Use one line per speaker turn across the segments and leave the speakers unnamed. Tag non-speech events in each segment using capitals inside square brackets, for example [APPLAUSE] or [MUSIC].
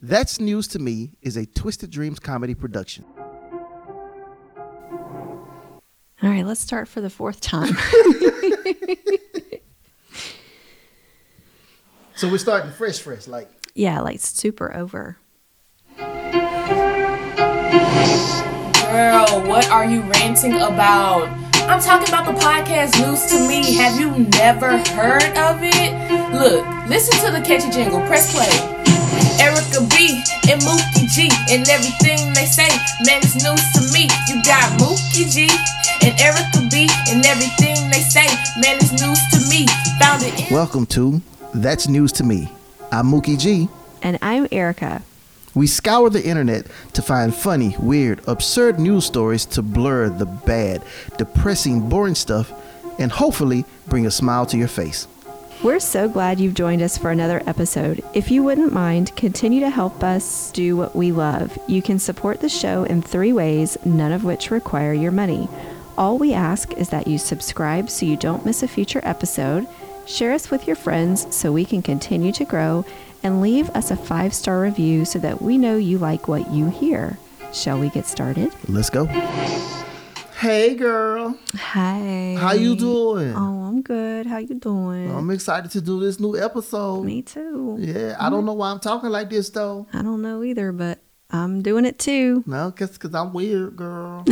That's News to Me is a Twisted Dreams comedy production.
All right, let's start for the fourth time. [LAUGHS]
So we're starting fresh, fresh. Like,
yeah, like super over.
Girl, what are you ranting about? I'm talking about the podcast News to Me. Have you never heard of it? Look, listen to the catchy jingle. Press play. Erica B and Mookie G and everything they say, man, it's news to me. You got Mookie G and Erica B and everything they say, man, it's news to me. Found it in.
welcome to That's News to Me. I'm Mookie G.
And I'm Erica.
We scour the internet to find funny, weird, absurd news stories to blur the bad, depressing, boring stuff, and hopefully bring a smile to your face.
We're so glad you've joined us for another episode. If you wouldn't mind, continue to help us do what we love. You can support the show in three ways, none of which require your money. All we ask is that you subscribe so you don't miss a future episode, share us with your friends so we can continue to grow, and leave us a five star review so that we know you like what you hear. Shall we get started?
Let's go. Hey, girl.
Hi.
How you doing?
Oh, I'm good. How you doing?
I'm excited to do this new episode.
Me too.
Yeah, I don't know why I'm talking like this though.
I don't know either, but I'm doing it too.
No, cause, cause I'm weird, girl.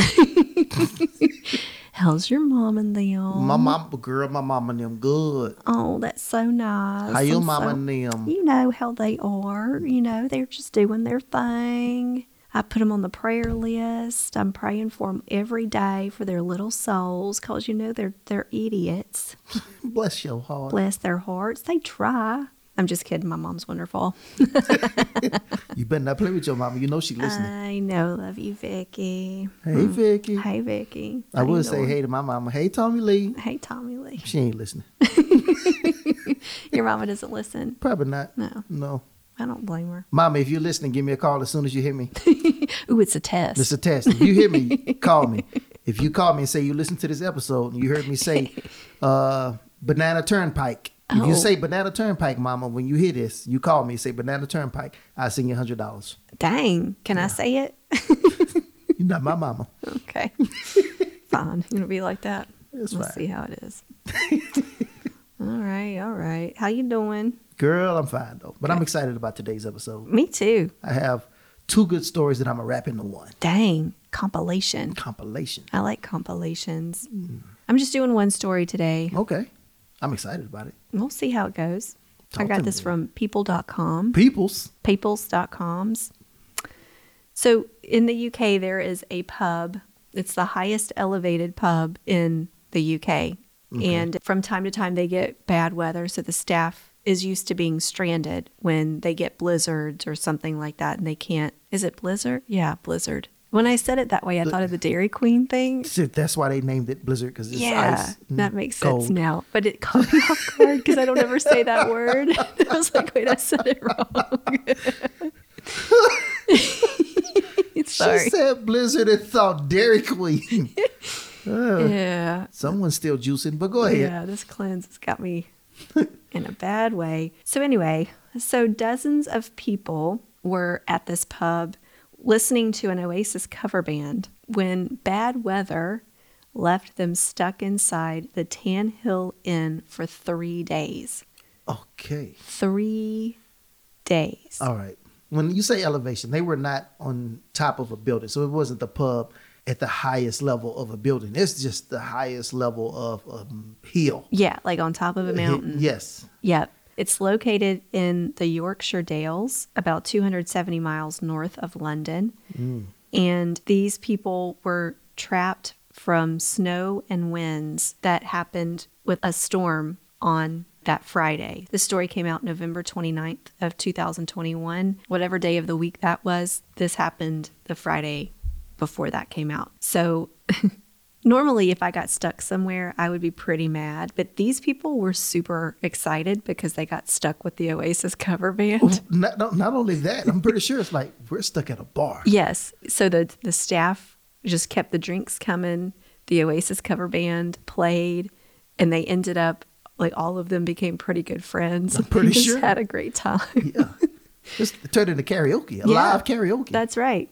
How's your mom and them?
my mama, girl, my mama and them good.
Oh, that's so nice.
How your
I'm
mama and
so-
them?
You know how they are. You know, they're just doing their thing. I put them on the prayer list. I'm praying for them every day for their little souls because, you know, they're, they're idiots.
Bless your heart.
Bless their hearts. They try. I'm just kidding. My mom's wonderful.
You better not play with your mama. You know
Uh,
she listening.
I know. Love you, Vicky.
hey, Vicky.
mm-hmm. Hey, Vicky.
I
How you
would say
doing?
hey to my mama. Hey, Tommy Lee.
Hey, Tommy Lee.
She ain't listening.
Your mama doesn't listen.
Probably not.
No.
No.
I don't blame her.
Mama, if you're listening, give me a call as soon as you hear me.
[LAUGHS] Ooh, it's a test.
It's a test. If you hear me, call me. If you call me and say you listened to this episode and you heard me
[LAUGHS]
say uh, Banana Turnpike, if
Oh.
you say Banana Turnpike, Mama, when you hear this, you call me and say Banana Turnpike, I'll send you $100.
Dang, can I say it? [LAUGHS]
You're not my mama. [LAUGHS]
okay. Fine. It'll be like that.
It's
We'll
fine.
see how it is. [LAUGHS] all right, all right. How you doing?
Girl, I'm fine though. But I'm excited about today's episode.
Me too.
I have two good stories that I'm going to wrap into one
Dang, compilation.
compilation.
I like compilations.
Hmm.
I'm just doing one story today.
Okay. I'm excited about it.
We'll see how it goes. I
Talk to
got this
me.
from people.com.
Peoples.
peoples.coms. So in the UK, there is a pub. It's the highest elevated pub in the UK. And from time to time, they get bad weather. So the staff is used to being stranded when they get blizzards or something like that. And they can't. Is it blizzard? Yeah, blizzard. When I said it that way, I thought of the Dairy Queen thing.
Shit, That's why they named it Blizzard because it's
Yeah,
ice. and
that makes
cold.
sense now. But it caught me off guard because I don't ever
[LAUGHS]
say that word. [LAUGHS] I was like, wait, I said it wrong. [LAUGHS] Sorry.
She said Blizzard and thought
[LAUGHS]
Dairy Queen.
Yeah.
Someone's still juicing, but go ahead.
Yeah, this cleanse has got me in a bad way. So, anyway, so dozens of people were at this pub listening to an Oasis cover band when bad weather left them stuck inside the Tan Hill Inn for three days.
Okay.
Three days.
All right. When you say elevation, they were not on top of a building. So it wasn't the pub at the highest level of a building. It's just the highest level of a hill.
Yeah, like on
[LAUGHS]
top of a mountain.
Yes.
Yep. It's located in the Yorkshire Dales, about 270 miles north of London. And these people were trapped from snow and winds that happened with a storm on that Friday. The story came out November 29th of 2021. Whatever day of the week that was, this happened the Friday before that came out. So Normally, if I got stuck somewhere, I would be pretty mad, but these people were super excited because they got stuck with the Oasis cover band.
Not, not, not only that, I'm pretty sure it's like we're stuck at a bar.
yes. So the, the staff just kept the drinks coming. The Oasis cover band played, and they ended up like all of them became pretty good friends.
pretty
they [LAUGHS] just
sure. [LAUGHS]
had a great time.
Yeah. Just turn it into karaoke, a
Yeah.
live karaoke.
That's right.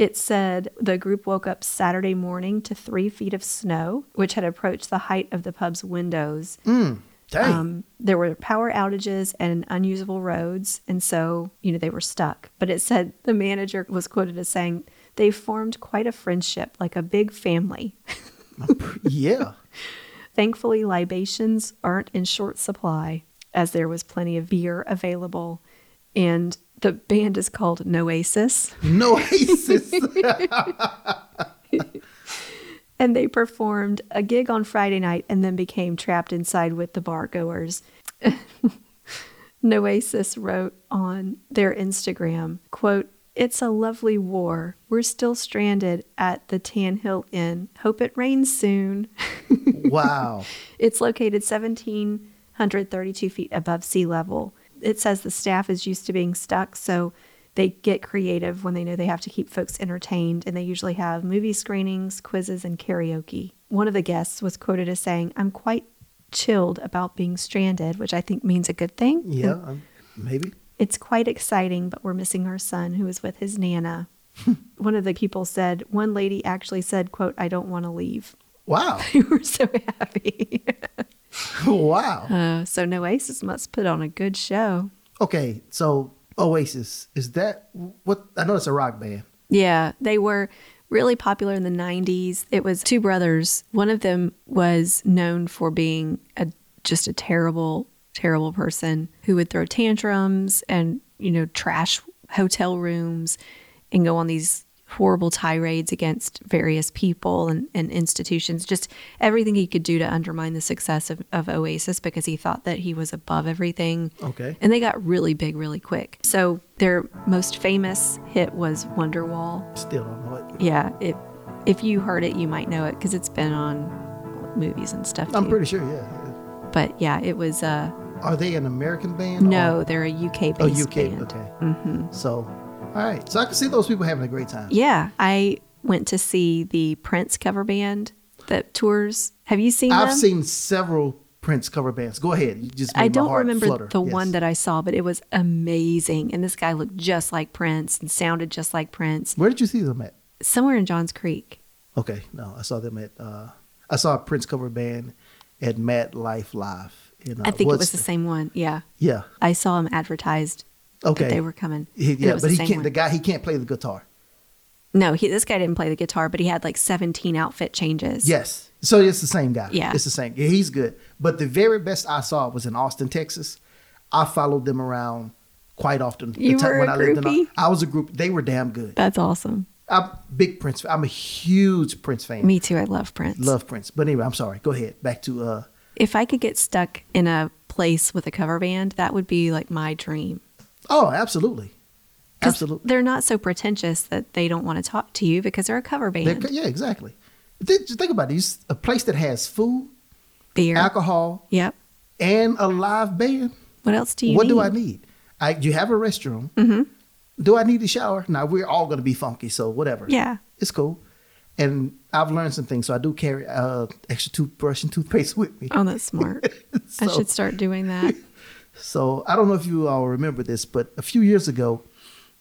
It said the group woke up Saturday morning to three feet of snow, which had approached the height of the pub's windows.
Dang.
Um, there were power outages and unusable roads, and so, you know, they were stuck. But it said [LAUGHS] the manager was quoted as saying, they formed quite a friendship, like a big family. [LAUGHS]
yeah.
Thankfully, libations aren't in short supply, as there was plenty of beer available. And the band is called Noasis.
No [LAUGHS] aces.
And they performed a gig on Friday night and then became trapped inside with the bar goers. [LAUGHS] Noasis wrote on their Instagram, quote, It's a lovely war. We're still stranded at the Tan Hill Inn. Hope it rains soon.
wow.
It's located 1,732 feet above sea level. It says the staff is used to being stuck, so they get creative when they know they have to keep folks entertained, and they usually have movie screenings, quizzes, and karaoke. One of the guests was quoted as saying, I'm quite chilled about being stranded, which I think means a good thing.
Yeah. um, Maybe.
It's quite exciting, but we're missing our son who is with his nana. One of the people said, one lady actually said, quote, I don't want to leave. [LAUGHS]
Wow. [LAUGHS]
They were so happy.
wow.
Uh, so Noasis must put on a good show.
Okay. So Oasis is that what I know? It's a rock band.
Yeah, they were really popular in the 90s. It was two brothers. One of them was known for being a just a terrible terrible person who would throw tantrums and, you know, trash hotel rooms and go on these horrible tirades against various people and, and institutions just everything he could do to undermine the success of, of oasis because he thought that he was above everything
Okay.
and they got really big really quick. So their most famous hit was Wonderwall.
Still don't know it.
Yeah, it, if you heard it, you might know it because it's been on movies and stuff.
I'm
too.
pretty sure. Yeah.
But yeah, it was. Uh,
Are they an American band?
no,
Or,
they're a UK
oh,
based
UK.
band. Mm-hmm.
Okay. So, all right. So I can see those people having a great time.
Yeah, I went to see the Prince cover band that tours. Have you seen
I've
them?
seen several Prince cover bands. Go ahead. You just made
I
my
don't
heart
remember
flutter.
the
Yes.
one that I saw, but it was amazing. And this guy looked just like Prince and sounded just like Prince.
Where did you see them at?
Somewhere in Johns Creek.
Okay, no, I saw them at uh, I saw a Prince cover band at Mad Life Live. In, uh,
I think it was the
Woodstock.
same one. Yeah.
Yeah.
I saw him advertised
Okay.
that they were coming.
He-
and
yeah,
it was
but
the
he
same
can't.
one.
The guy he can't play the guitar.
no, he, this guy didn't play the guitar, but he had like 17 outfit changes.
Yes. So it's the same guy.
Yeah.
It's the same. Yeah, he's good. But the very best I saw was in Austin, Texas. I followed them around quite often. The
You
time
were a
in
groupie?
I was a group. They were damn good.
That's awesome.
I'm big Prince. I'm a huge Prince fan.
Me too. I love Prince.
Love Prince. But anyway, I'm sorry. Go ahead. Back to uh
If I could get stuck in a place with a cover band, that would be like my dream.
Oh, absolutely.
'Cause
Absolutely.
They're not so pretentious that they don't want to talk to you because they're a cover
They're
band.
co- yeah, exactly. Th- Just think about it. It's a place that has food,
Beer.
alcohol,
Yep.
and a live band.
What else do you
what
need?
do I need? I, you have a restroom. Mm-hmm. Do I need a shower? Now we're all going to be funky, so whatever.
Yeah.
it's cool. And I've learned some things, so I do carry uh, extra toothbrush and toothpaste [LAUGHS] with me.
Oh, that's smart. I
So-
should start
[LAUGHS]
doing that.
So I don't know if you all remember this, but a few years ago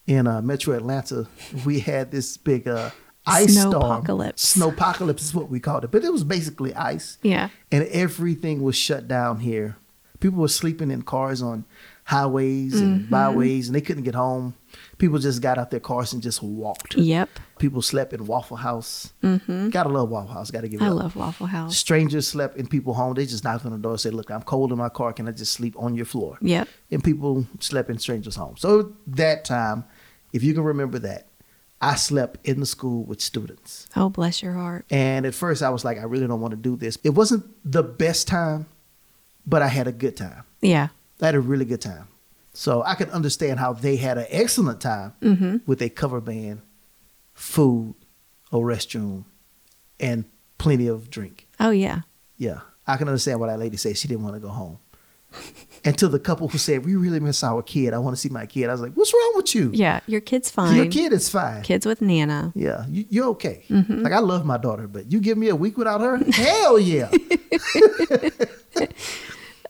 in uh, Metro Atlanta, we had this big uh, ice storm.
Snowpocalypse.
Snowpocalypse is what we called it, but it was basically ice.
Yeah.
And everything was shut down here. People were sleeping in cars on highways and
Mm-hmm.
byways, and they couldn't get home. People just got out their cars and just walked.
Yep.
People slept in Waffle House. Gotta love Waffle House. Gotta give it
Mm-hmm.
up.
I love Waffle House.
Strangers slept in people home. They just knocked on the door and said, Look, I'm cold in my car. Can I just sleep on your floor?
Yep.
And people slept in strangers' homes. So that time, if you can remember that, I slept in the school with students.
Oh, bless your heart.
And at first, I was like, I really don't want to do this. It wasn't the best time, but I had a good time.
Yeah.
I had a really good time. So I could understand how they had an excellent time with a cover band, food, a restroom, and plenty of drink.
Oh, yeah.
Yeah, I can understand why that lady said she didn't want to go home. [LAUGHS] and to the couple who said, "We really miss our kid. I want to see my kid." I was like, "What's wrong with you?
Yeah. Your kid's fine.
Your kid is fine.
Kids with Nana.
Yeah, you, you're okay.
Mm-hmm.
Like I love
[LAUGHS]
my daughter, but you give me a week without her, hell yeah."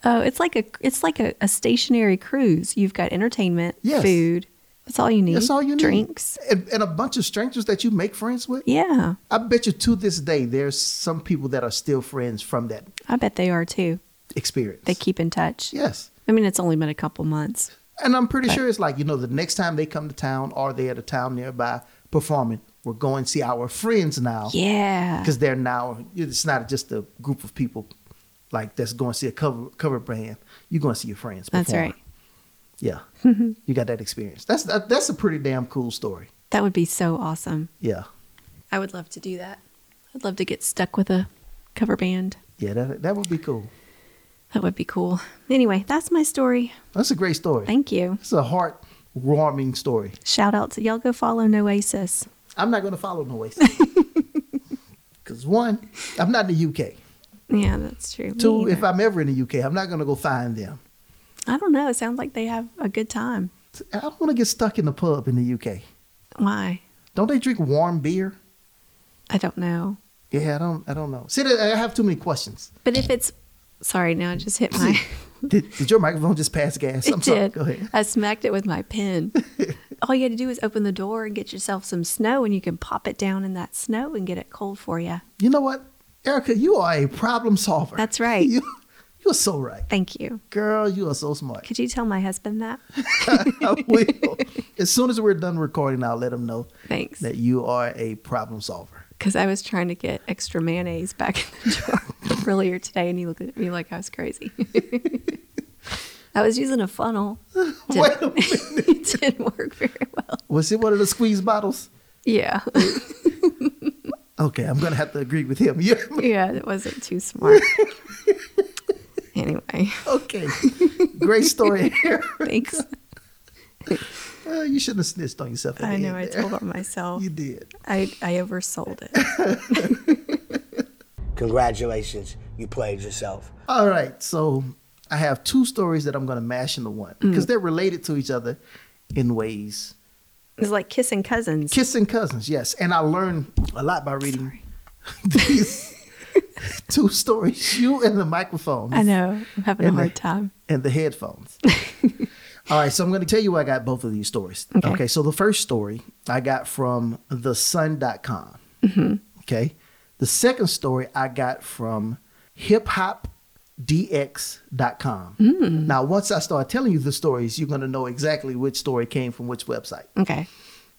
Oh, it's like a it's like a, a stationary cruise. You've got entertainment,
Yes.
food. That's all you need.
That's all you need.
Drinks.
And, and a bunch of strangers that you make friends with.
Yeah,
I bet you to this day, there's some people that are still friends from that
I bet they are too.
experience.
They keep in touch.
Yes.
I mean, it's only been a couple months.
And I'm pretty sure it's like, you know, the next time they come to town or they're at a town nearby performing, we're going to see our friends now.
Yeah.
Because they're now, it's not just a group of people like that's going to see a cover cover band. You're going to see your friends.
That's
perform.
right. [LAUGHS]
Yeah. you got that experience. That's that, that's a pretty damn cool story.
That would be so awesome.
Yeah.
I would love to do that. I'd love to get stuck with a cover band.
Yeah, that, that would be cool.
That would be cool. Anyway, that's my story.
That's a great story.
Thank you.
It's a heartwarming story.
Shout out to y'all go follow Noasis.
I'm not going to follow
[LAUGHS]
Noasis. Because one, I'm not in the UK.
Yeah, that's true. Me
Two, if
either.
I'm ever in the UK, I'm not going to go find them.
I don't know. It sounds like they have a good time.
I don't want to get stuck in the pub in the UK.
Why?
Don't they drink warm beer?
I don't know.
Yeah, I don't. I don't know. See, I have too many questions.
But if it's sorry, now I just hit my
Did, did your microphone just pass gas? [LAUGHS]
it
I'm sorry.
did.
Go ahead.
I smacked it with my
[LAUGHS]
pen. All you had to do is open the door and get yourself some snow and you can pop it down in that snow and get it cold for you.
You know what, Erica? You are a problem solver.
That's right.
You, you are so right,
Thank you.
girl. You are so
[LAUGHS]
smart.
Could you tell my husband that?
I will. As soon as we're done recording, I'll let him know
Thanks.
that you are a problem solver.
Because I was trying to get extra mayonnaise back in the jar [LAUGHS] earlier today and he looked at me like I was crazy. [LAUGHS] I was using
[LAUGHS]
a funnel.
Wait a minute.
[LAUGHS] it didn't work very well.
Was it one of the squeeze bottles?
Yeah.
Okay, I'm gonna have to agree with him. [LAUGHS] Yeah.
yeah, it wasn't too smart.
[LAUGHS]
anyway,
Okay. Great
[LAUGHS]
story [LAUGHS] here.
thanks.
Uh, you shouldn't have snitched on yourself. at
I
the
know I
end there.
told on myself.
You did.
I, I oversold it.
Congratulations, you played yourself.
All right. So I have two stories that I'm going to mash into one
Mm.
because they're related to each other in ways.
It's like kissing cousins.
Kissing cousins, yes. And I learned a lot by reading [LAUGHS] these two stories you and the microphone
I know. I'm having a
And
hard
the-
time.
and the
[LAUGHS]
headphones. All right. So I'm going to tell you where I got both of these stories. Okay. so the first story I got from thesun.com.
Mm-hmm.
Okay. The second story I got from hiphopdx.com.
Mm.
Now, once I start telling you the stories, you're going to know exactly which story came from which website.
Okay.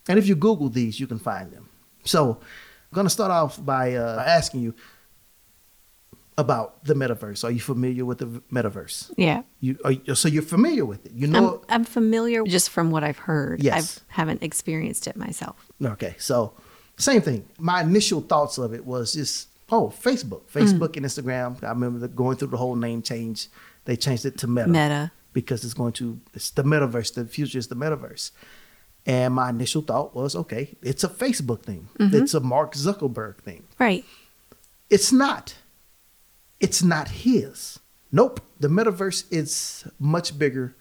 And if you Google these, you can find them. So I'm going to start off by uh, asking you about the metaverse. Are you familiar with the v- metaverse?
Yeah.
You, are you so you're familiar with it. You
I'm,
know.
I'm familiar just from what I've heard.
Yes.
I haven't experienced it myself.
okay, so same thing. My initial thoughts of it was just oh, Facebook, Facebook and Instagram. I remember the, going through the whole name change. They changed it to Meta,
Meta.
because it's going to it's the metaverse. The future is the metaverse. And my initial thought was, okay, it's a Facebook thing. It's a Mark Zuckerberg thing.
Right.
It's not. It's not his. Nope. The metaverse is much bigger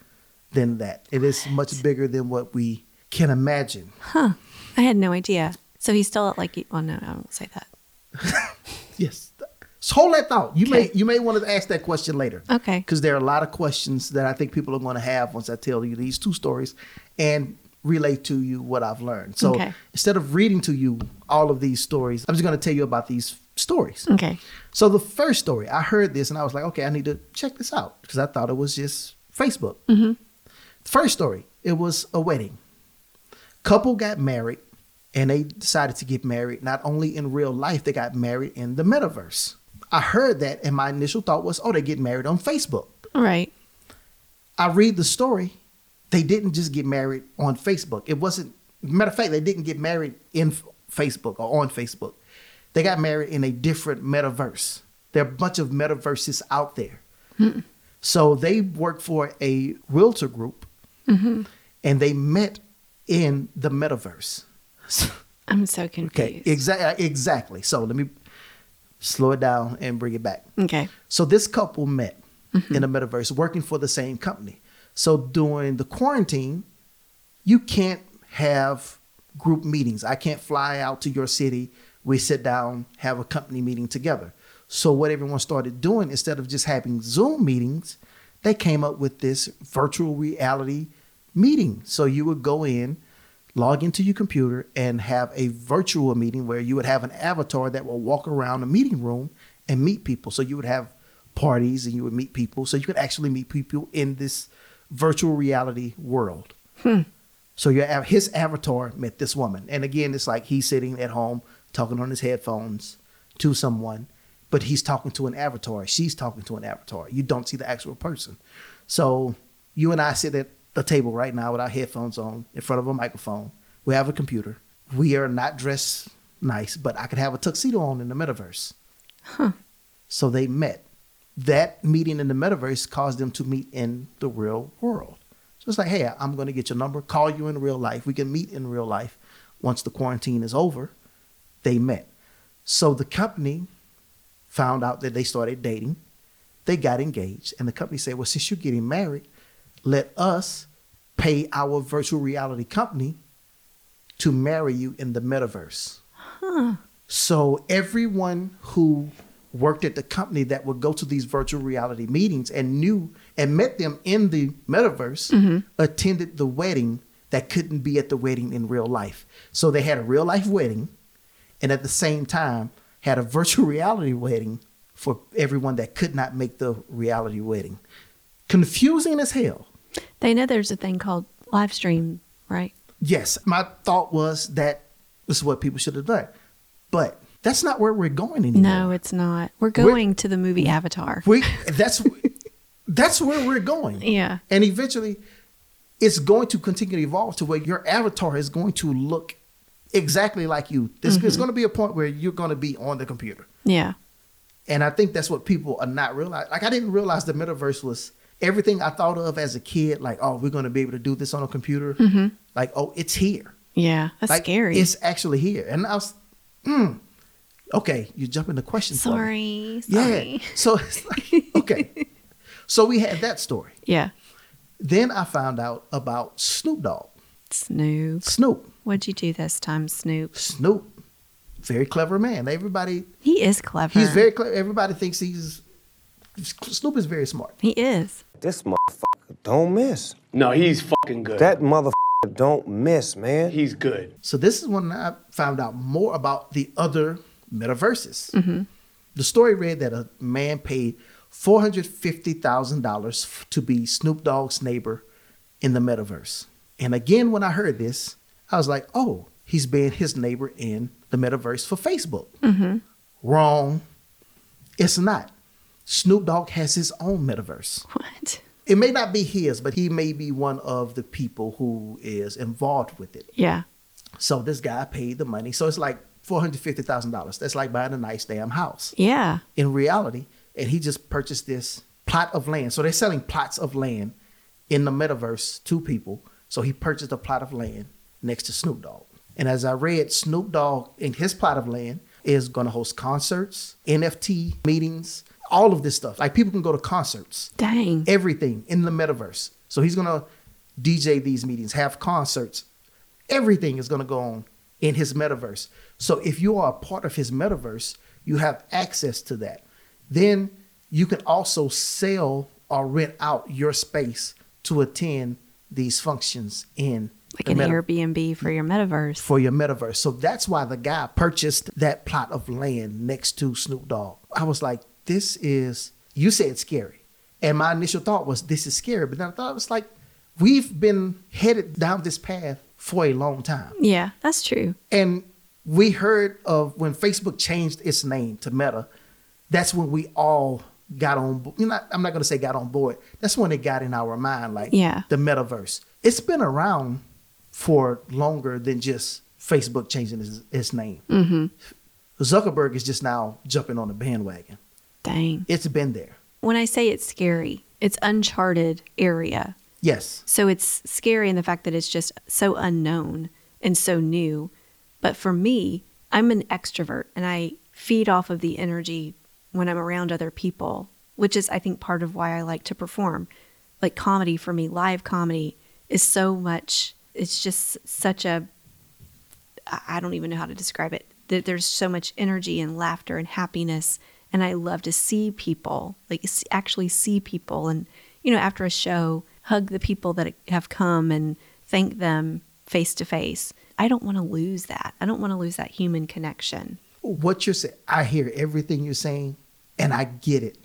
than that. It is much bigger than what we can imagine.
I had no idea. So he's still at like, oh no, I won't say that.
Yes. So hold that thought. You may
Okay.
you may want to ask that question later.
Okay.
Because there are a lot of questions that I think people are going to have once I tell you these two stories and relate to you what I've learned. So
Okay.
instead of reading to you all of these stories, I'm just going to tell you about these stories.
Okay.
So the first story, I heard this and I was like, okay, I need to check this out because I thought it was just Facebook. First story, it was a wedding. Couple got married and they decided to get married not only in real life, they got married in the metaverse. I heard that and my initial thought was, oh, they get married on Facebook.
All right.
I read the story, they didn't just get married on Facebook. It wasn't matter of fact, they didn't get married in F- Facebook or on Facebook. They got married in a different metaverse. There are a bunch of metaverses out there. So they work for a realtor group, and they met in the metaverse. [LAUGHS]
I'm so confused.
okay, exactly. Exactly. So let me slow it down and bring it back.
Okay.
So this couple met in the metaverse working for the same company. So during the quarantine, you can't have group meetings. I can't fly out to your city. We sit down, have a company meeting together. So what everyone started doing instead of just having Zoom meetings, they came up with this virtual reality meeting. So you would go in, log into your computer, and have a virtual meeting where you would have an avatar that will walk around the meeting room and meet people. So you would have parties and you would meet people. So you could actually meet people in this virtual reality world. So your av- his avatar met this woman, and again, it's like he's sitting at home talking on his headphones to someone, but he's talking to an avatar. She's talking to an avatar. You don't see the actual person. So you and I sit at the table right now with our headphones on, in front of a microphone. We have a computer. We are not dressed nice, but I could have a tuxedo on in the metaverse. So they met. That meeting in the metaverse caused them to meet in the real world. So it's like, hey, I'm going to get your number, call you in real life. We can meet in real life once the quarantine is over. They met. So the company found out that they started dating. They got engaged. And the company said, well, since you're getting married, let us pay our virtual reality company to marry you in the metaverse. So everyone who worked at the company that would go to these virtual reality meetings and knew and met them in the metaverse attended the wedding that couldn't be at the wedding in real life. So they had a real life wedding and at the same time had a virtual [LAUGHS] reality wedding for everyone that could not make the reality wedding. Confusing as hell.
They know there's a thing called live stream, right?
Yes, my thought was that this is what people should have done. But that's not where we're going anymore.
No, it's not. We're going to the movie Avatar.
We that's that's where we're going.
Yeah.
And eventually it's going to continue to evolve to where your avatar is going to look exactly like you. There's,
Mm-hmm.
there's going to be a point where you're going to be on the computer.
Yeah.
And I think that's what people are not realizing. Like I didn't realize the metaverse was everything I thought of as a kid like oh we're going to be able to do this on a computer. Like oh it's here.
Yeah. That's
Like,
Mm-hmm. scary.
It's actually here. And I was mm, okay, you jump into questions. for me.
sorry. Sorry.
Yeah. [LAUGHS] So it's like, okay. so we had that story.
Yeah.
Then I found out about Snoop Dogg.
Snoop.
Snoop.
What'd you do this time, Snoop?
Snoop. Very clever man. Everybody,
He is clever.
he's very clever. Everybody thinks he's, Snoop is very smart.
He is.
This motherfucker don't miss.
No, Oh, he's fucking good.
That motherfucker don't miss, man.
he's good.
So this is when I found out more about the other metaverses. The story read that a man paid four hundred fifty thousand dollars to be Snoop Dogg's neighbor in the metaverse. And again, when I heard this, I was like, "Oh, he's being his neighbor in the metaverse for Facebook." Wrong. It's not. Snoop Dogg has his own metaverse
What?
it may not be his, but he may be one of the people who is involved with it.
Yeah.
So this guy paid the money. So it's like four hundred fifty thousand dollars. That's like buying a nice damn house
Yeah.
in reality. And he just purchased this plot of land. So they're selling plots of land in the metaverse to people. So he purchased a plot of land next to Snoop Dogg. And as I read, Snoop Dogg in his plot of land is going to host concerts, NFT meetings, all of this stuff. Like people can go to concerts
Dang.
everything in the metaverse. So he's gonna DJ these meetings, have concerts. Everything is gonna go on in his metaverse. So if you are a part of his metaverse, you have access to that. Then you can also sell or rent out your space to attend these functions in
like
the
an
meta-
Airbnb for your metaverse.
for your metaverse. So that's why the guy purchased that plot of land next to Snoop Dogg. I was like, this is, you said scary. And my initial thought was, this is scary. But then I thought it was like, we've been headed down this path for a long time.
Yeah, that's true.
And we heard of when Facebook changed its name to Meta, that's when we all got on bo- you're not I'm not gonna say got on board. That's when it got in our mind, like
Yeah.
the metaverse. It's been around for longer than just Facebook changing its, its name. Zuckerberg is just now jumping on the bandwagon.
Dang.
It's been there.
When I say it's scary, it's uncharted area.
Yes.
So it's scary in the fact that it's just so unknown and so new. But for me, I'm an extrovert and I feed off of the energy when I'm around other people, which is, I think, part of why I like to perform. Like comedy for me, live comedy is so much, it's just such a, I I don't even know how to describe it. That There's so much energy and laughter and happiness. And I love to see people, like s- actually see people and, you know, after a show, hug the people that have come and thank them face to face. I don't want to lose that. I don't want to lose that human connection.
what you're saying, I hear everything you're saying and I get it.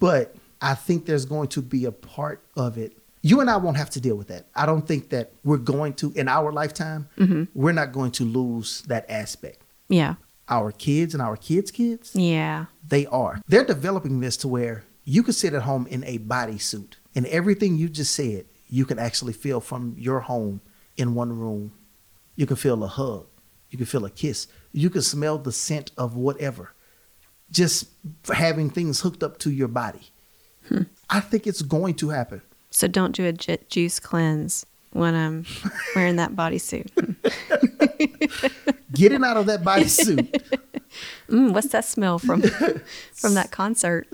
But I think there's going to be a part of it. You and I won't have to deal with that. I don't think that we're going to, in our lifetime, we're not going to lose that aspect.
Yeah.
Our kids and our kids' kids,
Yeah.
they are. They're developing this to where you can sit at home in a bodysuit and everything you just said, you can actually feel from your home in one room. You can feel a hug. You can feel a kiss. You can smell the scent of whatever. Just having things hooked up to your body. I think it's going to happen.
So don't do a ju- juice cleanse when I'm wearing that bodysuit.
Getting out of that bodysuit.
Mm, what's that smell from from that concert?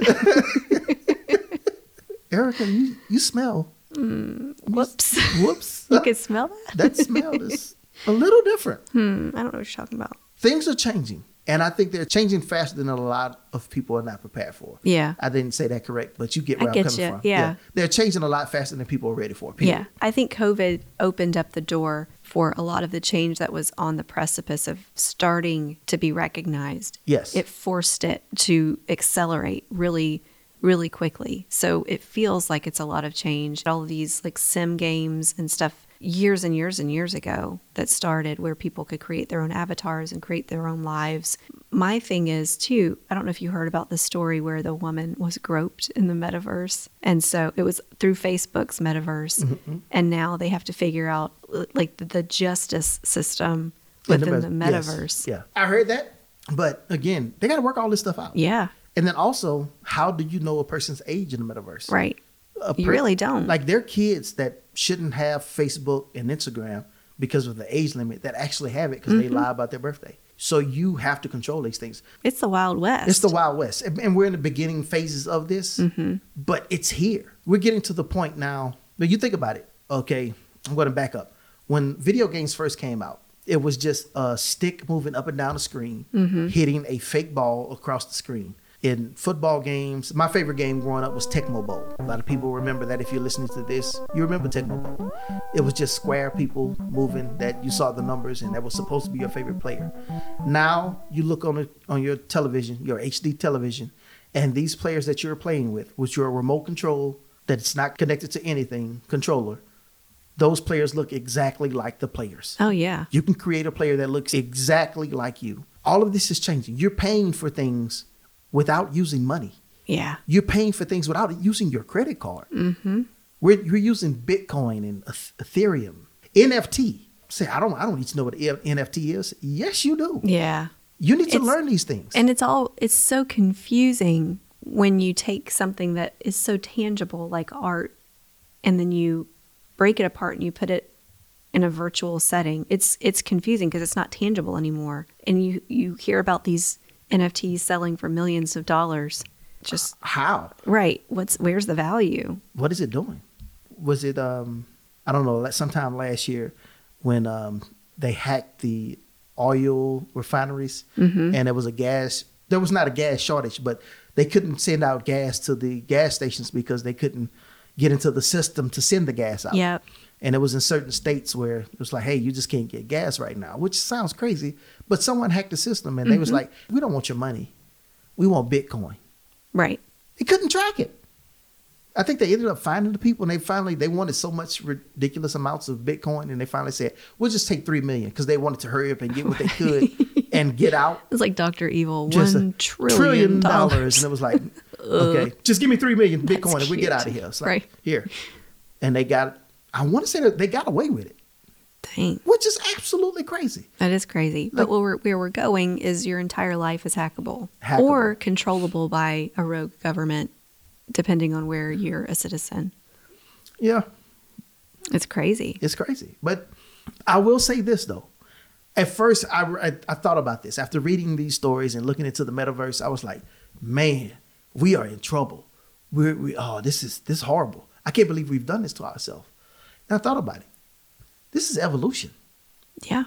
Erica, you, you smell.
Whoops.
Whoops.
You can smell that?
that smell is a little different.
Mm, I don't know what you're talking about.
things are changing. And I think they're changing faster than a lot of people are not prepared for.
Yeah.
I didn't say that correct, but you get
I
where I am
get
coming
you.
from.
Yeah.
They're changing a lot faster than people are ready for.
Yeah.
period.
I think COVID opened up the door for a lot of the change that was on the precipice of starting to be recognized.
Yes.
It forced it to accelerate really, really quickly. So it feels like it's a lot of change. All of these like sim games and stuff years and years and years ago that started where people could create their own avatars and create their own lives. My thing is too, I don't know if you heard about the story where the woman was groped in the metaverse. And so it was through Facebook's metaverse.
Mm-hmm,
And now they have to figure out like the, the justice system
In
within the
meta- yes.
metaverse.
Yeah. I heard that. But again, they got to work all this stuff out.
Yeah.
And then also, how do you know a person's age in the metaverse?
Right.
A
You
per-
really don't.
Like, there are kids that shouldn't have Facebook and Instagram because of the age limit that actually have it because
Mm-hmm.
they lie about their birthday. So you have to control these things.
It's the Wild West.
It's the Wild West. And and we're in the beginning phases of this, but it's here. We're getting to the point now. But you think about it. Okay, I'm going to back up. When video games first came out, it was just a stick moving up and down the screen, hitting a fake ball across the screen. In football games, my favorite game growing up was Tecmo Bowl. A lot of people remember that. If you're listening to this, you remember Tecmo Bowl. It was just square people moving that you saw the numbers, and that was supposed to be your favorite player. Now you look on it on your television, your HD television, and these players that you're playing with, with your remote control that's not connected to anything controller, those players look exactly like the players.
oh, yeah.
You can create a player that looks exactly like you. All of this is changing. You're paying for things without using money.
Yeah.
You're paying for things without using your credit card.
Mm-hmm.
We're, you're using Bitcoin and Eth- Ethereum, NFT. Say, I don't, I don't need to know what E- NFT is. Yes, you do.
Yeah.
You need to
It's-
learn these things.
And it's all, it's so confusing when you take something that is so tangible, like art, and then you break it apart and you put it in a virtual setting. It's, it's confusing because it's not tangible anymore. And you, you hear about these NFTs selling for millions of dollars. Just
How?
right. What's, where's the value?
What is it doing? Was it um I don't know, like sometime last year when um they hacked the oil refineries and there was a gas there was not a gas shortage, but they couldn't send out gas to the gas stations because they couldn't get into the system to send the gas out.
Yep.
And it was in certain states where it was like, hey, you just can't get gas right now, which sounds crazy, but someone hacked the system and they was like, we don't want your money. We want Bitcoin
Right.
they couldn't track it. I think they ended up finding the people, and they finally they wanted so much ridiculous amounts of Bitcoin, and they finally said, "We'll just take three million because they wanted to hurry up and get what they
[LAUGHS]
could and get out."
It's like Dr. Evil,
Just
one
a
trillion,
dollars,
dollars.
and it was like, "Okay, just give me three million Bitcoin, and we
cute.
get out of here." It's like,
Right.
here, and they got. I want to say that they got away with it,
Dang.
which is absolutely crazy.
That is crazy. but where we're, where we're going is your entire life is hackable,
Hackable.
or controllable by a rogue government, depending on where you're a citizen.
Yeah,
It's crazy.
It's crazy. But I will say this though. At first, I, I, I thought about this after reading these stories and looking into the metaverse. I was like, man, we are in trouble. We're, we oh, this is this is horrible. I can't believe we've done this to ourselves. And I thought about it. This is evolution.
Yeah.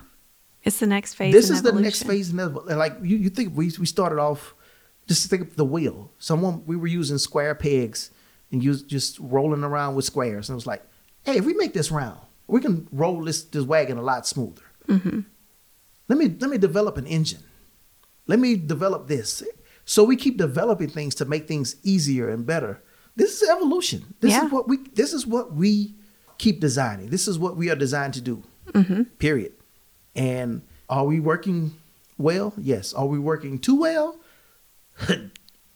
It's the next phase.
This
in
is the next
evolution.
phase in evol- Like you, you think we we started off just think of the wheel. Someone we were using square pegs and you was just rolling around with squares. And it was like, hey, if we make this round, we can roll this this wagon a lot smoother.
Mm-hmm.
Let me let me develop an engine. Let me develop this. So we keep developing things to make things easier and better. This is evolution. This
Yeah.
is what we this is what we keep designing. This is what we are designed to do.
Mm-hmm.
Period. And are we working well? Yes. Are we working too well?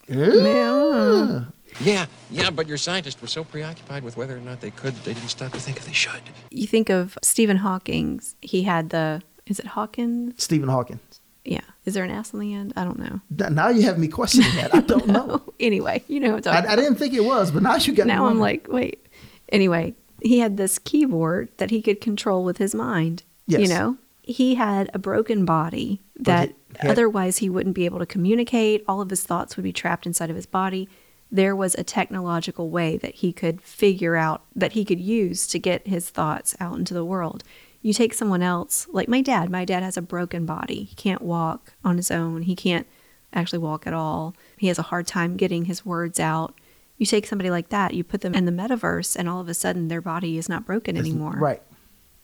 Yeah.
Yeah, yeah, but your scientists were so preoccupied with whether or not they could, they didn't stop to think if they should.
You think of Stephen Hawking's. He had the. Is it Hawkins?
Stephen Hawking.
Yeah. Is there an S on the end? I don't know. [LAUGHS] Oh,
Th- Now you have me questioning that. I don't know.
Anyway, you know what I'm talking
I, I didn't think it was, but now you got me
now I'm
wondering.
like, wait. Anyway, he had this keyboard that he could control with his mind. You
Yes.
know, he had a broken body that
he had-
otherwise he wouldn't be able to communicate. All of his thoughts would be trapped inside of his body. There was a technological way that he could figure out that he could use to get his thoughts out into the world. You take someone else, like my dad. My dad has a broken body. He can't walk on his own. He can't actually walk at all. He has a hard time getting his words out. You take somebody like that, you put them in the metaverse, and all of a sudden their body is not broken anymore.
right,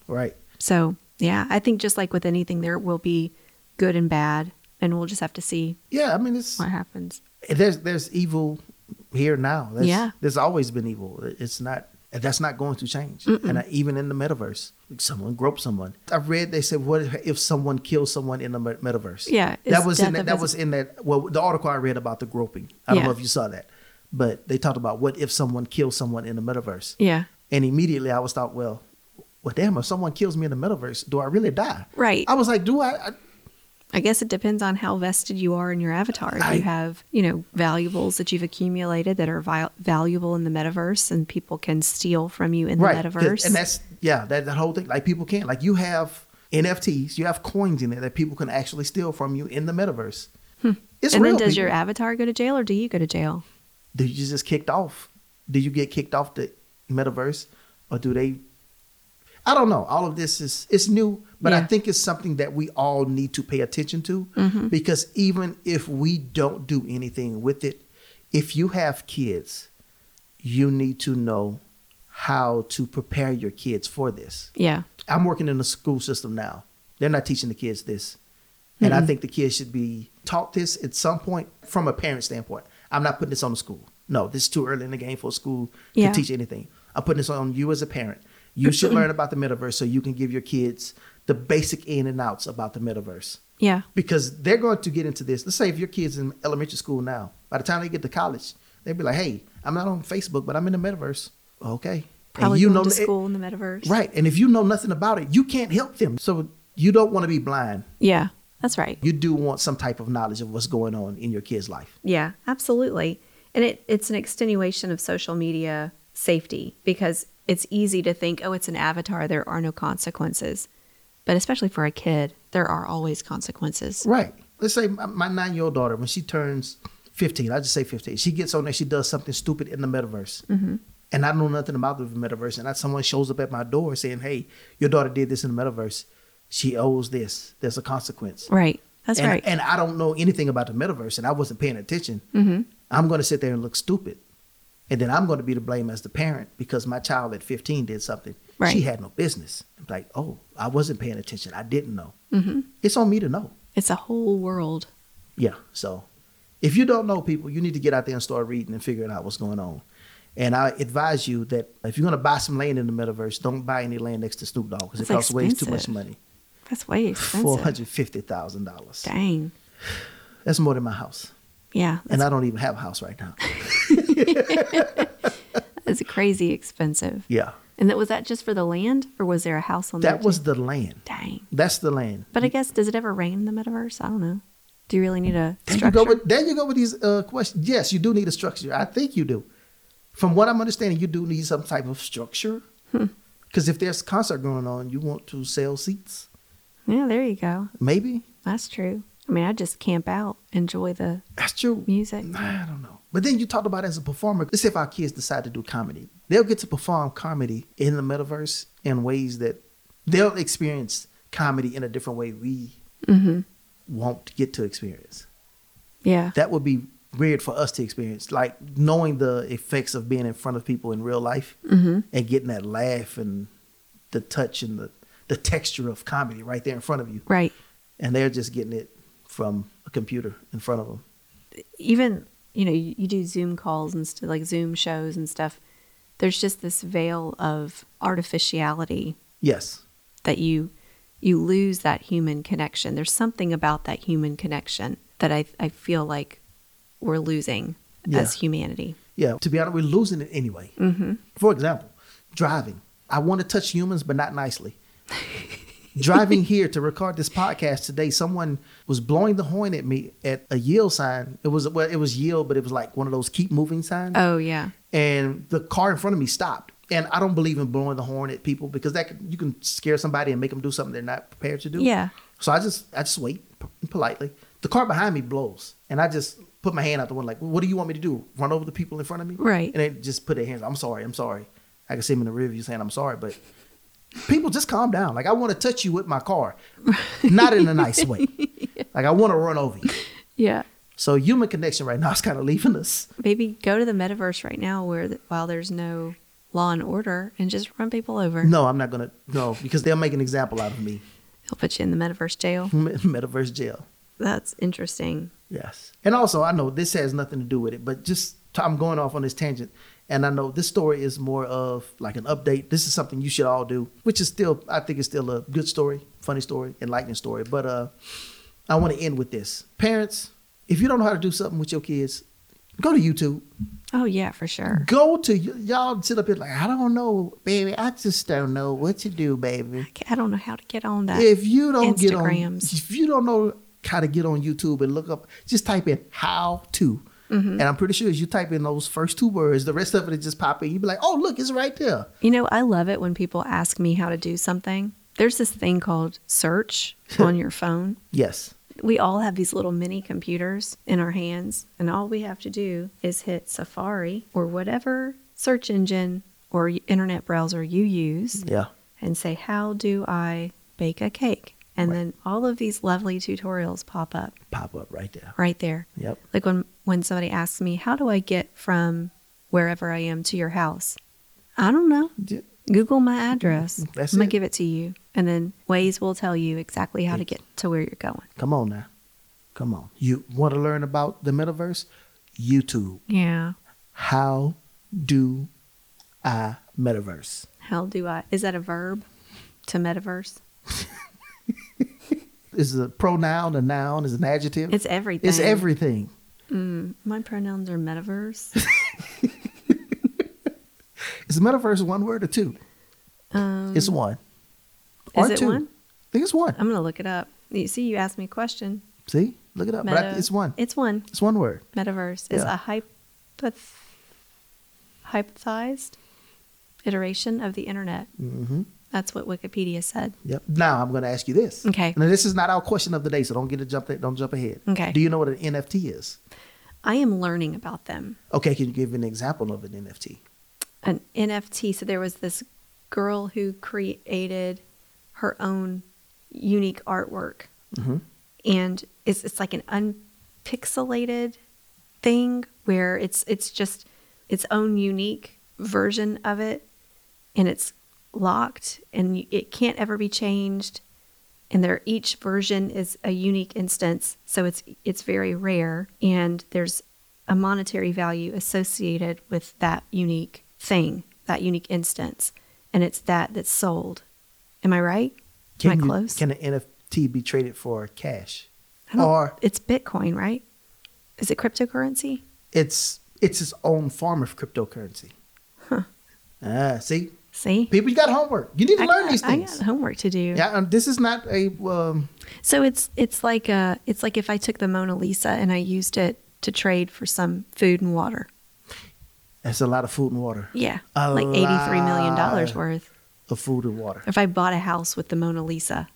right.
So, yeah, I think just like with anything, there will be good and bad, and we'll just have to see
Yeah, I mean, it's
what happens.
there's there's evil here now. There's,
Yeah.
there's always been evil. It's not that's not going to change. And I, even in the metaverse, someone groped someone. I read they said, "What if someone kills someone in the met- metaverse?"
Yeah, it's
that was
death
in that,
of
that
us-
was in that. Well, the article I read about the groping. I
Yeah.
don't know if you saw that, but they talked about what if someone kills someone in the metaverse.
Yeah.
And immediately I was thought, well, well, damn, if someone kills me in the metaverse, do I really die?
Right.
I was like, do I? I
I guess it depends on how vested you are in your avatar. If
I-
you have, you know, valuables that you've accumulated that are vi- valuable in the metaverse and people can steal from you in
right.
the
'Cause-
metaverse.
And that's, yeah, that, that whole thing. Like people can. Like you have NFTs, you have coins in there that people can actually steal from you in the metaverse. It's
Hmm. And then
real,
does
people.
your avatar go to jail or do you go to jail?
do you just kicked off? Do you get kicked off the metaverse, or do they? I don't know. All of this is it's new, but I
Yeah. Mm-hmm.
think it's something that we all need to pay attention to because even if we don't do anything with it, if you have kids, you need to know how to prepare your kids for this.
Yeah.
I'm working in the school system now. They're not teaching the kids this. And
Mm-hmm.
I think the kids should be taught this at some point from a parent standpoint. I'm not putting this on the school. No, this is too early in the game for a school
Yeah.
to teach anything. I'm putting this on you as a parent. You should learn about the metaverse so you can give your kids the basic in and outs about the metaverse.
Yeah.
Because they're going to get into this. Let's say if your kids in elementary school now, by the time they get to college, they'd be like, "Hey, I'm not on Facebook, but I'm in the metaverse." Okay, And
Probably
you
going
know
to school in the metaverse.
Right. And if you know nothing about it, you can't help them. So you don't want to be blind.
Yeah. That's right.
You do want some type of knowledge of what's going on in your kid's life.
Yeah, absolutely. And it, it's an extenuation of social media safety because it's easy to think, oh, it's an avatar, there are no consequences. But especially for a kid, there are always consequences.
Right. Let's say my, my nine year old daughter, when she turns 15, I just say 15, she gets on there, she does something stupid in the metaverse. And I know nothing about the metaverse. And I, someone shows up at my door saying, hey, your daughter did this in the metaverse. She owes this. There's a consequence.
Right. That's
and,
right.
and I don't know anything about the metaverse and I wasn't paying attention,
Mm-hmm.
I'm going to sit there and look stupid. And then I'm going to be to blame as the parent because my child at 15 did something
Right.
she had no business. I'm like, oh, I wasn't paying attention. I didn't know.
Mm-hmm.
It's on me to know.
it's a whole world.
Yeah. So if you don't know people, you need to get out there and start reading and figuring out what's going on. And I advise you that if you're going to buy some land in the metaverse, don't buy any land next to Snoop Dogg because it
That's
costs way too much
expensive.
money.
That's way
Four
expensive.
hundred fifty thousand dollars.
Dang.
That's more than my house.
Yeah. That's,
and I don't even have a house right now.
that's crazy expensive.
Yeah,
And that was that just for the land or was there a house on there?
that
too?
was the land.
dang.
That's the land.
But I guess does it ever rain in the metaverse? I don't know. Do you really need a
There you go
structure?
with there you go with these uh, questions. Yes, you do need a structure. I think you do. From what I'm understanding, you do need some type of structure. Because if there's a concert going on, you want to sell seats,
Yeah, there you go.
maybe.
That's true. I mean, I just camp out, enjoy the
That's true.
music.
I don't know. But then you talked about as a performer. Let's say if our kids decide to do comedy, they'll get to perform comedy in the metaverse in ways that they'll experience comedy in a different way we won't get to experience.
Yeah.
that would be weird for us to experience. Like knowing the effects of being in front of people in real life and getting that laugh and the touch and the, the texture of comedy right there in front of you.
Right.
And they're just getting it from a computer in front of them.
even you know you, you do zoom calls and st- like zoom shows and stuff there's just this veil of artificiality
Yes.
that you you lose that human connection there's something about that human connection that i i feel like we're losing
Yeah.
as humanity
Yeah. To be honest, we're losing it anyway. Mm-hmm. For example, driving. I want to touch humans, but not nicely. driving here to record this podcast today, someone was blowing the horn at me at a yield sign. It was well, it was yield, but it was like one of those keep moving signs.
oh yeah
and the car in front of me stopped. And I don't believe in blowing the horn at people because that could, you can scare somebody and make them do something they're not prepared to do.
Yeah.
So I just I just wait p- politely. The car behind me blows, and I just put my hand out the window like, "What do you want me to do? Run over the people in front of me?"
Right.
And they just put their hands. I'm sorry. I'm sorry. I can see them in the rear view saying, "I'm sorry," but people just calm down. Like I want to touch you with my
[LAUGHS]
car, not in a nice way. Like I want to run over you.
yeah
So human connection right now is kind of leaving us.
maybe go to the metaverse right now where the, while there's no law and order and just run people over
No, I'm not gonna. No, because they'll make an example out of me. [LAUGHS]
they'll put you in the metaverse jail
Me- metaverse jail.
that's interesting
Yes. And also, I know this has nothing to do with it, but just I'm going off on this tangent. And I know this story is more of like an update. This is something you should all do, which is still, I think it's still a good story, funny story, enlightening story. But uh, I want to end with this. Parents, if you don't know how to do something with your kids, go to YouTube.
oh yeah for sure
Go to, y- y'all sit up here like, I don't know, baby. I just don't know what to do, baby.
i don't know how to get on that
if you don't get on
Instagrams.
if you don't know how to get on YouTube and look up just type in how to
Mm-hmm.
and I'm pretty sure as you type in those first two words the rest of it is just pop in you'd be like oh look it's right there
You know, I love it when people ask me how to do something. There's this thing called
[LAUGHS]
search on your phone.
yes
We all have these little mini computers in our hands, and all we have to do is hit Safari or whatever search engine or internet browser you use
yeah
and say, How do I bake a cake? And then all of these lovely tutorials pop up
pop up right there
right there.
yep
Like when when somebody asks me, "How do I get from wherever I am to your house?" I don't know.
Ju-
Google my address.
Mm-hmm. That's
I'm gonna
it.
give it to you, and then Waze will tell you exactly how to get to where you're going.
come on now come on you want to learn about the metaverse YouTube
Yeah.
how do I metaverse
How do I? Is that a verb? To metaverse.
is it a pronoun a noun is it an adjective
It's everything.
it's everything
My pronouns are
[LAUGHS]
metaverse.
Is metaverse one word or two? it's one.
Mm-hmm. Um, is it one?
I think it's one.
I'm gonna look it up. You see, you asked me a question.
See, look it up. but I,
Meta-
it's one.
It's one.
It's one word.
Metaverse is
Yeah.
a hypoth- hypothesized iteration of the internet. Mm-hmm. That's what Wikipedia said.
Yep. Now I'm going to ask you this.
Okay.
Now this is not our question of the day, so don't get to jump. Don't jump ahead.
Okay.
Do you know what an NFT is?
I am learning about them.
Okay. Can you give an example of an NFT?
an NFT. So there was this girl who created her own unique artwork,
Mm-hmm.
and it's it's like an unpixelated thing where it's it's just its own unique version of it, and it's locked and you- it can't ever be changed. And there, each version is a unique instance, so it's it's very rare, and there's a monetary value associated with that unique thing, that unique instance, and it's that that's sold. Am I right?
Can
Am I
you-
close?
Can an NFT be traded for cash?
I don't-
or-
it's Bitcoin, right? Is it cryptocurrency?
It's it's its own form of cryptocurrency. Huh. Ah, see,
See,
people, you got homework. You need to
I
learn
got-
these
I
things.
got homework to do.
yeah. And this is not a. Um,
So it's it's like a it's like if I took the Mona Lisa and I used it to trade for some food and water.
that's a lot of food and water.
Yeah,
A
like eighty three million
lot.
dollars worth.
Of food and water.
If I bought a house with the Mona Lisa,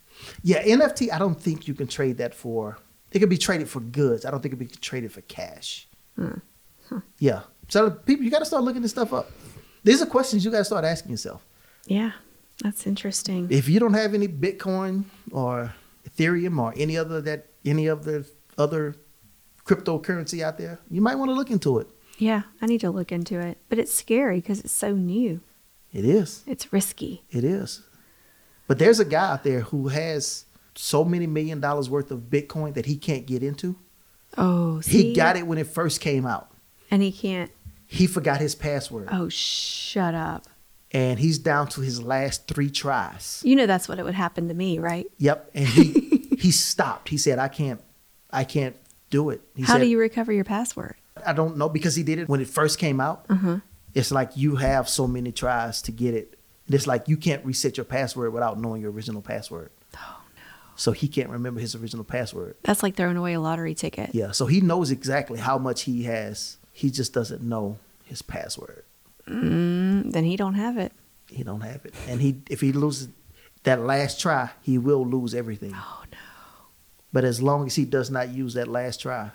Yeah, NFT, I don't think you can trade that for. It could be traded for goods. I don't think it could be traded for cash. Yeah. So people, you got to start looking this stuff up. These are questions you got to start asking yourself.
yeah, that's interesting.
If you don't have any Bitcoin or Ethereum or any other that any of the other cryptocurrency out there, you might want to look into it.
Yeah, I need to look into it. But it's scary because it's so new.
It is.
It's risky.
It is. But there's a guy out there who has so many million dollars worth of Bitcoin that he can't get into.
Oh, see?
He got it when it first came out.
And he can't.
He forgot his password
Oh, shut up.
and he's down to his last three tries.
You know that's what it would happen to me, right?
Yep. And he
[LAUGHS]
he stopped. He said, I can't I can't do it. He
How
said,
do you recover your password?
I don't know because he did it when it first came out.
Uh-huh.
It's like you have so many tries to get it. And it's like you can't reset your password without knowing your original password. Oh no. So he can't remember his original password.
That's like throwing away a lottery ticket.
Yeah. So he knows exactly how much he has. He just doesn't know his password.
Mm, Then he don't have it.
He don't have it. And he if he loses that last try, he will lose everything.
Oh no.
But as long as he does not use that last try,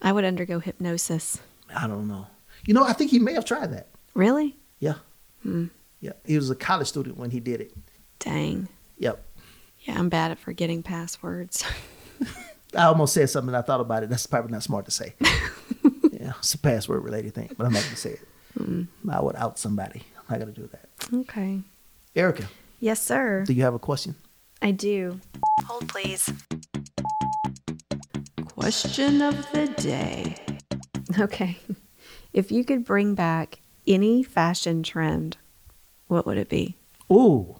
I would undergo hypnosis.
I don't know. You know, I think he may have tried that.
Really?
Yeah.
Hmm.
Yeah. He was a college student when he did it.
Dang.
Yep.
Yeah, I'm bad at forgetting passwords. [LAUGHS]
I almost said something. I thought about it. That's probably not smart to
[LAUGHS]
say. yeah, it's a password related thing, but I'm not gonna say it.
Hmm.
I would out somebody. I'm not gonna do that.
okay.
Erica,
Yes, sir.
do you have a question?
I do. Hold, please. Question of the day. Okay. [LAUGHS] If you could bring back any fashion trend, what would it be? [LAUGHS]
Ooh,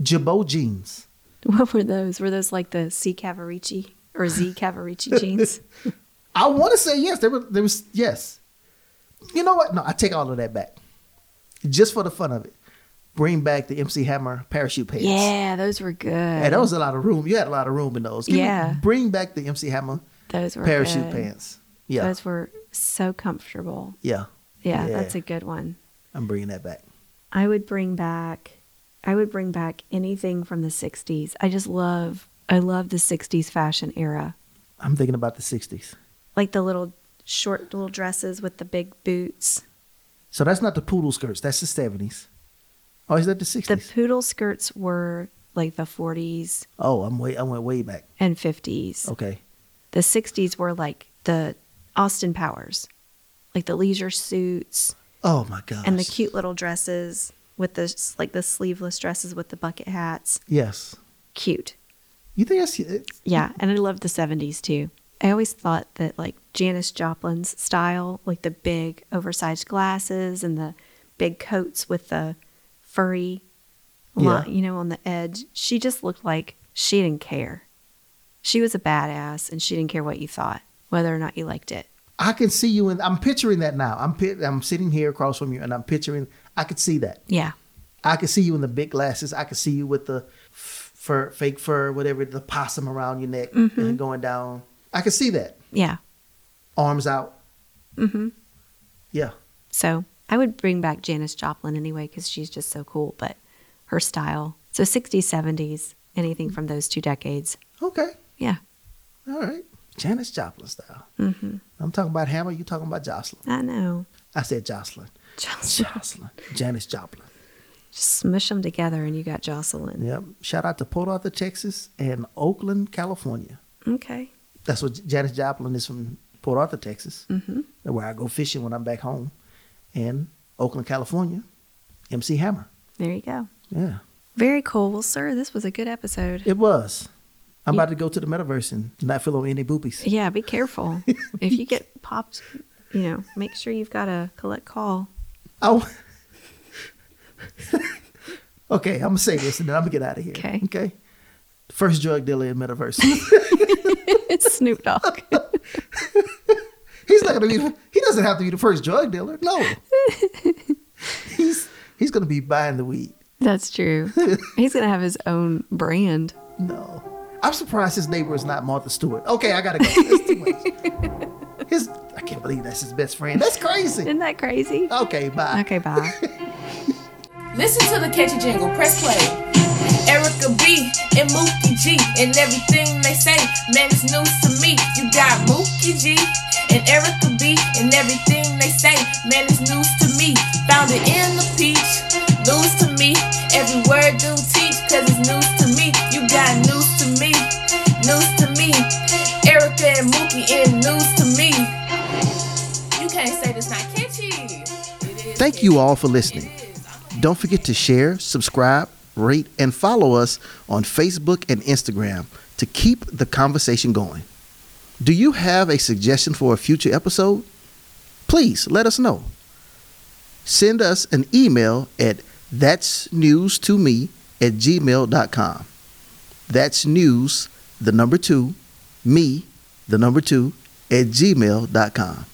Jabot jeans.
What were those? Were those like the C Cavaricci or Z [LAUGHS] Cavaricci jeans?
I want to say yes. There was, there was yes. You know what? No, I take all of that back. Just for the fun of it, bring back the MC Hammer parachute pants.
Yeah, those were good.
Hey, that was a lot of room. You had a lot of room in those. Give me-
Yeah.
bring back the MC Hammer
those were
parachute
good.
pants. Yeah.
Those were so comfortable.
yeah.
Yeah,
Yeah.
that's a good one.
I'm bringing that back.
I would bring back I would bring back anything from the 60s. I just love I love the 60s fashion era.
I'm thinking about the 60s.
Like the little short little dresses with the big boots.
So that's not the poodle skirts. That's the 70s. Oh, is that the 60s?
The poodle skirts were like the 40s
oh, I'm way. I went way back.
and 50s.
Okay.
The 60s were like the Austin Powers. Like the leisure suits
Oh my gosh.
and the cute little dresses with the s- like the sleeveless dresses with the bucket hats.
Yes.
Cute.
You think that's it's,
Yeah, and I love the 70s too. I always thought that like Janis Joplin's style, like the big oversized glasses and the big coats with the furry
Yeah.
line, you know, on the edge, she just looked like she didn't care. She was a badass and she didn't care what you thought, whether or not you liked it.
I can see you in. I'm picturing that now. I'm pi- I'm sitting here across from you, and I'm picturing. I could see that.
Yeah.
I could see you in the big glasses. I could see you with the f- fur, fake fur, whatever, the possum around your neck and going down. I could see that.
Yeah.
Arms out. Mm-hmm. Yeah.
So I would bring back Janis Joplin anyway because she's just so cool, but her style. So 60s, 70s, anything from those two decades.
Okay.
Yeah.
All right. Janis Joplin style. Mm-hmm. I'm talking about Hammer. You talking about Jocelyn?
I know.
I said Jocelyn.
Just,
Jocelyn. Janis Joplin.
just smush them together and you got Jocelyn.
Yep. Shout out to Port Arthur, Texas, and Oakland, California.
Okay.
That's what Janis Joplin is from Port Arthur, Texas, mm-hmm. where I go fishing when I'm back home, and Oakland, California. MC Hammer.
There you go.
Yeah,
Very cool. Well, sir, this was a good episode.
it was. I'm about to go to the metaverse and not feel any
[LAUGHS]
boobies.
Yeah, be careful. if you [LAUGHS] get popped, you know, make sure you've got a collect call.
Oh. [LAUGHS] okay, I'm gonna say this and then I'm gonna get out of here.
Okay.
Okay. First drug dealer in metaverse. [LAUGHS]
It's Snoop Dogg.
he's not gonna be. He doesn't have to be the first drug dealer. No. he's he's gonna be buying the weed.
[LAUGHS] That's true. He's going to have his own brand.
No. I'm surprised his neighbor is not Martha Stewart. Okay, I gotta go. That's too much. His I can't believe that's his best friend. That's crazy.
Isn't that crazy?
Okay, bye.
Okay, bye.
Listen to the catchy jingle, press play. Erica B and Mookie G and everything they say, man, it's news to me. You got Mookie G and Erica B and everything they say, man, it's news to me. Found it in the peach, news to me. Every word you teach, cause it's news to me. You got news to me, news to me. Erica Flip and Mookie in news to me. You can't say this not catchy. It is
Thank you all for listening. Don't forget to share, subscribe, rate, and follow us on Facebook and Instagram to keep the conversation going. Do you have a suggestion for a future episode? Please let us know. Send us an email at that's news to me at gmail.com. That's news, the number two, me, the number two, at gmail.com.